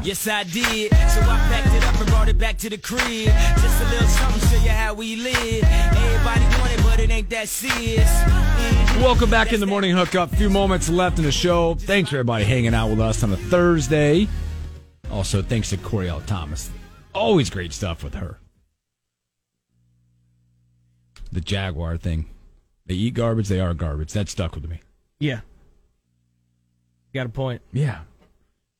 Yes, I did. So I packed it up and brought it back to the crib. Just a little something, show you how we live. Everybody want it, but it ain't that serious. Welcome back in the morning hookup. Few moments left in the show. Thanks for everybody hanging out with us on a Thursday. Also, thanks to Coriel Thomas. Always great stuff with her. The Jaguar thing. They eat garbage, they are garbage. That stuck with me. Yeah. Got a point. Yeah.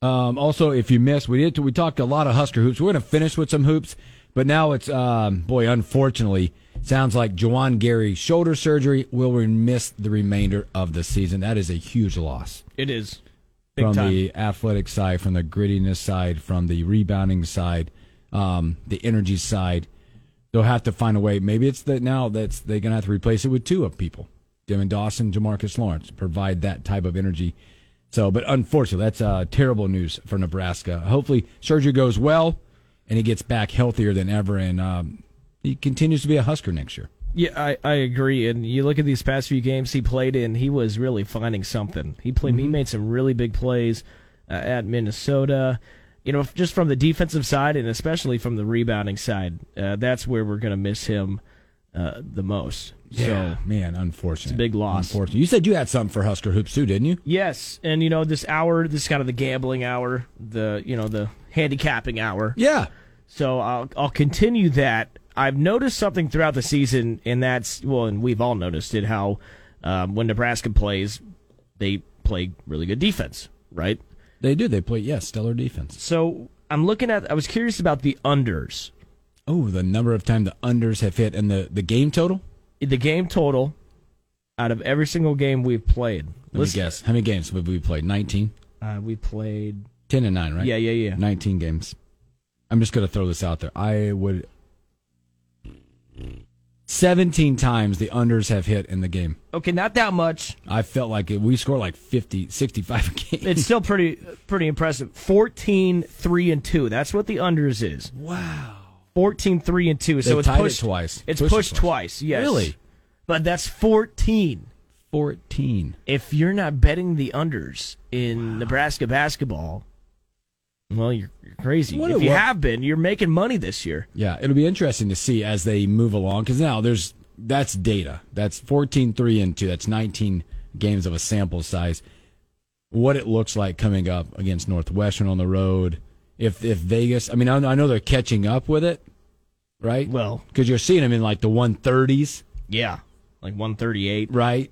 Um, also, if you missed, we did we talked a lot of Husker hoops. We're going to finish with some hoops, but now it's um, boy, unfortunately, sounds like Jawan Gary shoulder surgery will re- miss the remainder of the season. That is a huge loss It is. Big from time. the athletic side, from the grittiness side, from the rebounding side, um, the energy side. They'll have to find a way. Maybe it's that now that's they're gonna have to replace it with two of people, Demon Dawson, Jamarcus Lawrence, provide that type of energy. So, but unfortunately, that's uh, terrible news for Nebraska. Hopefully, surgery goes well, and he gets back healthier than ever, and um, he continues to be a Husker next year. Yeah, I, I agree. And you look at these past few games he played in, he was really finding something. He played. He made some really big plays uh, at Minnesota. You know, just from the defensive side and especially from the rebounding side, uh, that's where we're going to miss him uh, the most. So So, man, unfortunate. It's a big loss. Unfortunate. You said you had something for Husker hoops too, didn't you? yes, and you know this hour, this is kind of the gambling hour, the you know the handicapping hour. Yeah. So I'll I'll continue that. I've noticed something throughout the season, and that's well, and we've all noticed it. How um, when Nebraska plays, they play really good defense, right? They do. They play, yes, stellar defense. So I'm looking at. I was curious about the unders, Oh, the number of times the unders have hit and the, the game total? the game total out of every single game we've played. Let me guess. How many games have we played? 19? Uh, we played. 10 and 9, right? Yeah, yeah, yeah. 19 games. I'm just going to throw this out there. I would. 17 times the unders have hit in the game. Okay, not that much. I felt like it, we scored like 50, 65 a game. It's still pretty pretty impressive. 14 3 and 2. That's what the unders is. wow. 14 3 and 2. So They it's tied it pushed twice. It's Pushed it pushed twice. twice. Yes. Really? But that's 14. 14. If you're not betting the unders in Nebraska basketball, well, you're, you're crazy. What if a you wo- have been, you're making money this year. Yeah, it'll be interesting to see as they move along because now there's that's data. That's 14, 3, and 2. That's 19 games of a sample size. What it looks like coming up against Northwestern on the road. If if Vegas, I mean, I, I know they're catching up with it, right? Well- because you're seeing them in like the 130s, Yeah. Like 138. right?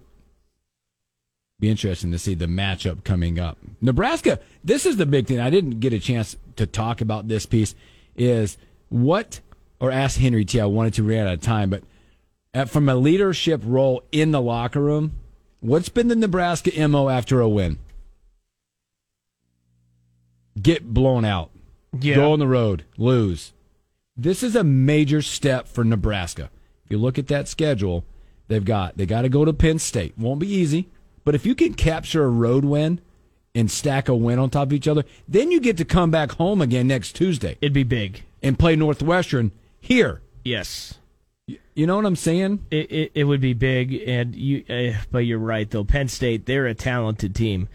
Be interesting to see the matchup coming up. Nebraska, this is the big thing. I didn't get a chance to talk about this piece is what or ask Henry T. I wanted to ran out of time, but at, from a leadership role in the locker room, what's been the Nebraska MO after a win? Get blown out. Yeah. Go on the road, lose. This is a major step for Nebraska. If you look at that schedule, they've got they got to go to Penn State. Won't be easy, but if you can capture a road win and stack a win on top of each other, then you get to come back home again next Tuesday It'd be big. and play Northwestern here. Yes. You know what I'm saying? It, it, it would be big, and you. Uh, but you're right, though. Penn State, they're a talented team.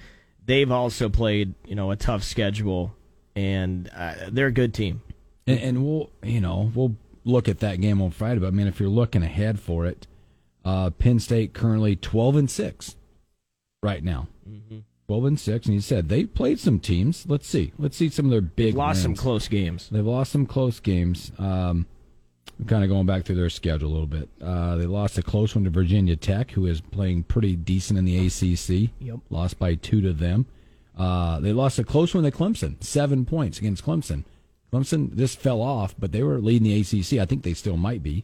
They've also played, you know, a tough schedule, and uh, they're a good team. And, and we'll you know we'll look at that game on Friday. But I mean, if you're looking ahead for it, uh, Penn State currently 12 and six right now. Mm-hmm. 12 and six, and you said they played some teams. Let's see, let's see some of their big Lost some wins. close games. They've lost some close games. Um, I'm kind of going back through their schedule a little bit. Uh, they lost a close one to Virginia Tech, who is playing pretty decent in the ACC. Yep. Lost by two to them. Uh, they lost a close one to Clemson, seven points against Clemson. Clemson just fell off, but they were leading the ACC. I think they still might be.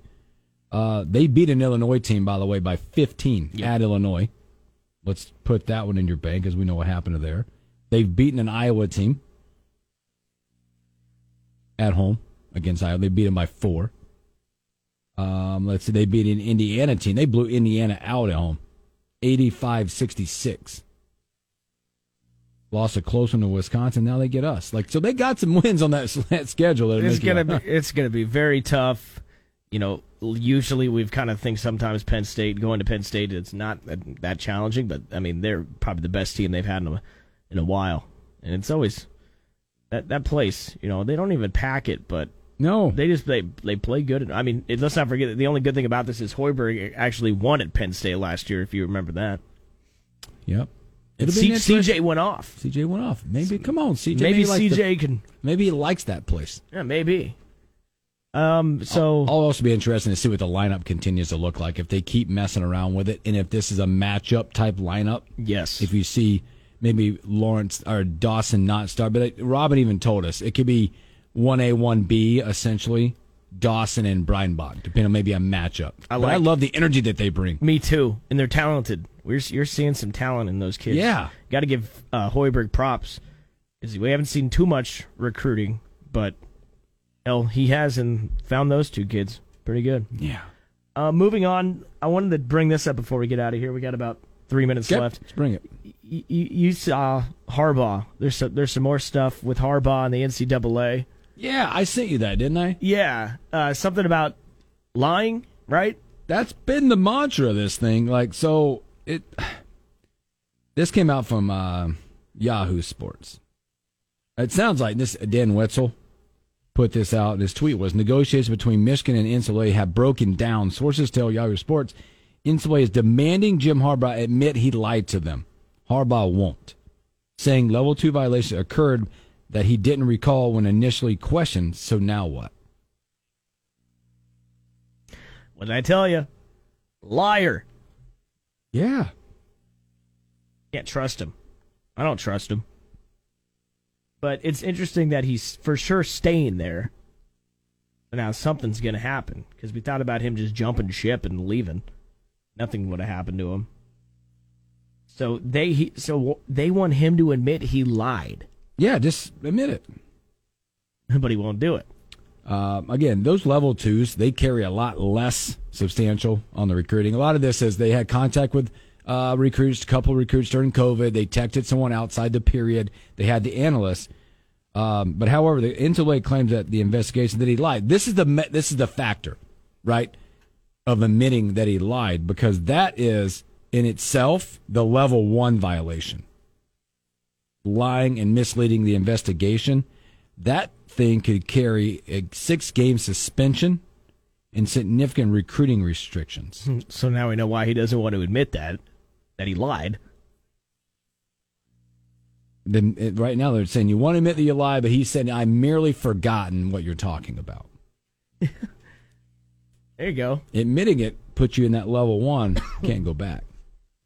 Uh, they beat an Illinois team, by the way, by 15 at Illinois. Let's put that one in your bank, as we know what happened to there. They've beaten an Iowa team at home against Iowa. They beat them by four. Um, let's see, they beat an Indiana team. They blew Indiana out at home, 85 66. Lost a close one to Wisconsin. Now they get us. Like so, they got some wins on that, that schedule. that'll It's make you gonna go, be, it's gonna be very tough. You know, usually we've kind of think sometimes Penn State going to Penn State it's not that, that challenging, but I mean they're probably the best team they've had in a in a while, and it's always that that place. You know, they don't even pack it, but No, they just they they play good. I mean, it, let's not forget that the only good thing about this is Hoiberg actually won at Penn State last year, if you remember that. Yep. And It'll be C- an interesting- CJ went off. CJ went off. Maybe come on, CJ. maybe he likes the- CJ can. maybe he likes that place. Yeah, maybe. Um. So I'll also be interested to see what the lineup continues to look like if they keep messing around with it, and if this is a matchup type lineup. yes, If you see maybe Lawrence or Dawson not start, but it, Robin even told us it could be one A, one B essentially. Dawson and Brian Bach, depending on maybe a matchup. I but I like- love the energy that they bring. Me too. And they're talented. We're you're seeing some talent in those kids. Yeah. Got to give uh, Hoiberg props. 'Cause We haven't seen too much recruiting, but hell, he has and found those two kids pretty good. Yeah. Uh, moving on, I wanted to bring this up before we get out of here. We got about three minutes Okay, left. Let's bring it. You, you saw Harbaugh. There's some, there's some more stuff with Harbaugh and the NCAA. Yeah, I sent you that, didn't I? Yeah, uh, something about lying, right? that's been the mantra of this thing. Like, so it. This came out from uh, Yahoo Sports. It sounds like this Dan Wetzel put this out. His tweet was negotiations between Michigan and NCAA have broken down. Sources tell Yahoo Sports NCAA is demanding Jim Harbaugh admit he lied to them. Harbaugh won't, saying level two violation occurred that he didn't recall when initially questioned. So now what? What did I tell you? Liar. Yeah. Can't trust him. I don't trust him. But it's interesting that he's for sure staying there. But now something's going to happen because we thought about him just jumping ship and leaving. Nothing would have happened to him. So they he, so they want him to admit he lied, Yeah, just admit it. but he won't do it. Um, again, those level twos they carry a lot less substantial on the recruiting. A lot of this is they had contact with uh, recruits, couple recruits during COVID. They texted someone outside the period. They had the analyst. Um, but however, the NCAA claims that the investigation that he lied. This is the me- this is the factor, right, of admitting that he lied because that is in itself the level one violation lying and misleading the investigation, that thing could carry a six game suspension and significant recruiting restrictions. So now we know why he doesn't want to admit that that he lied. Then it- right now they're saying you want to admit that you lie, but he said I merely forgotten what you're talking about. There you go. Admitting it puts you in that level one, can't go back.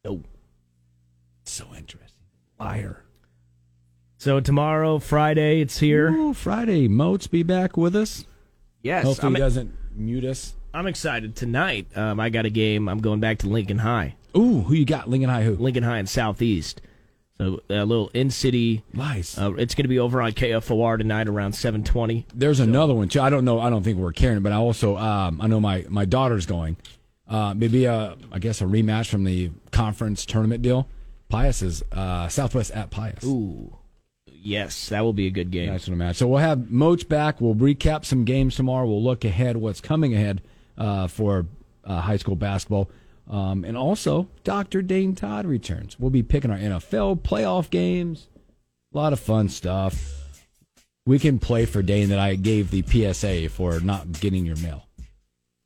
No. So interesting. Liar. So tomorrow, Friday, it's here. Ooh, Friday, Moats be back with us. Yes, Hopefully I'm- he doesn't mute us. I'm excited tonight. Um, I got a game. I'm going back to Lincoln High, Ooh, who you got? Lincoln High who? Lincoln High and Southeast. So a little in city. Lies. Uh, it's going to be over on KFOR tonight around 7:20. There's another one too. I don't know. I don't think we're carrying it, but I also um, I know my my daughter's going. Uh, maybe a, I guess a rematch from the conference tournament deal. Pius is uh, Southwest at Pius. Ooh, yes, that will be a good game. National match. So we'll have Moats back. We'll recap some games tomorrow. We'll look ahead what's coming ahead uh, for uh, high school basketball. Um, and also, Dr. Dane Todd returns. We'll be picking our NFL playoff games. A lot of fun stuff. We can play for Dane that I gave the PSA for not getting your mail.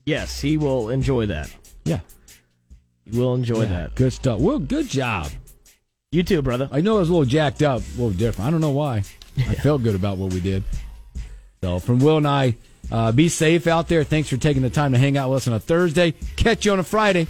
Yes, he will enjoy that. Yeah. He will enjoy that. Good stuff. Well, good job. You too, brother. I know I was a little jacked up, a little different. I don't know why. I felt good about what we did. So, from Will and I, uh, be safe out there. Thanks for taking the time to hang out with us on a Thursday. Catch you on a Friday.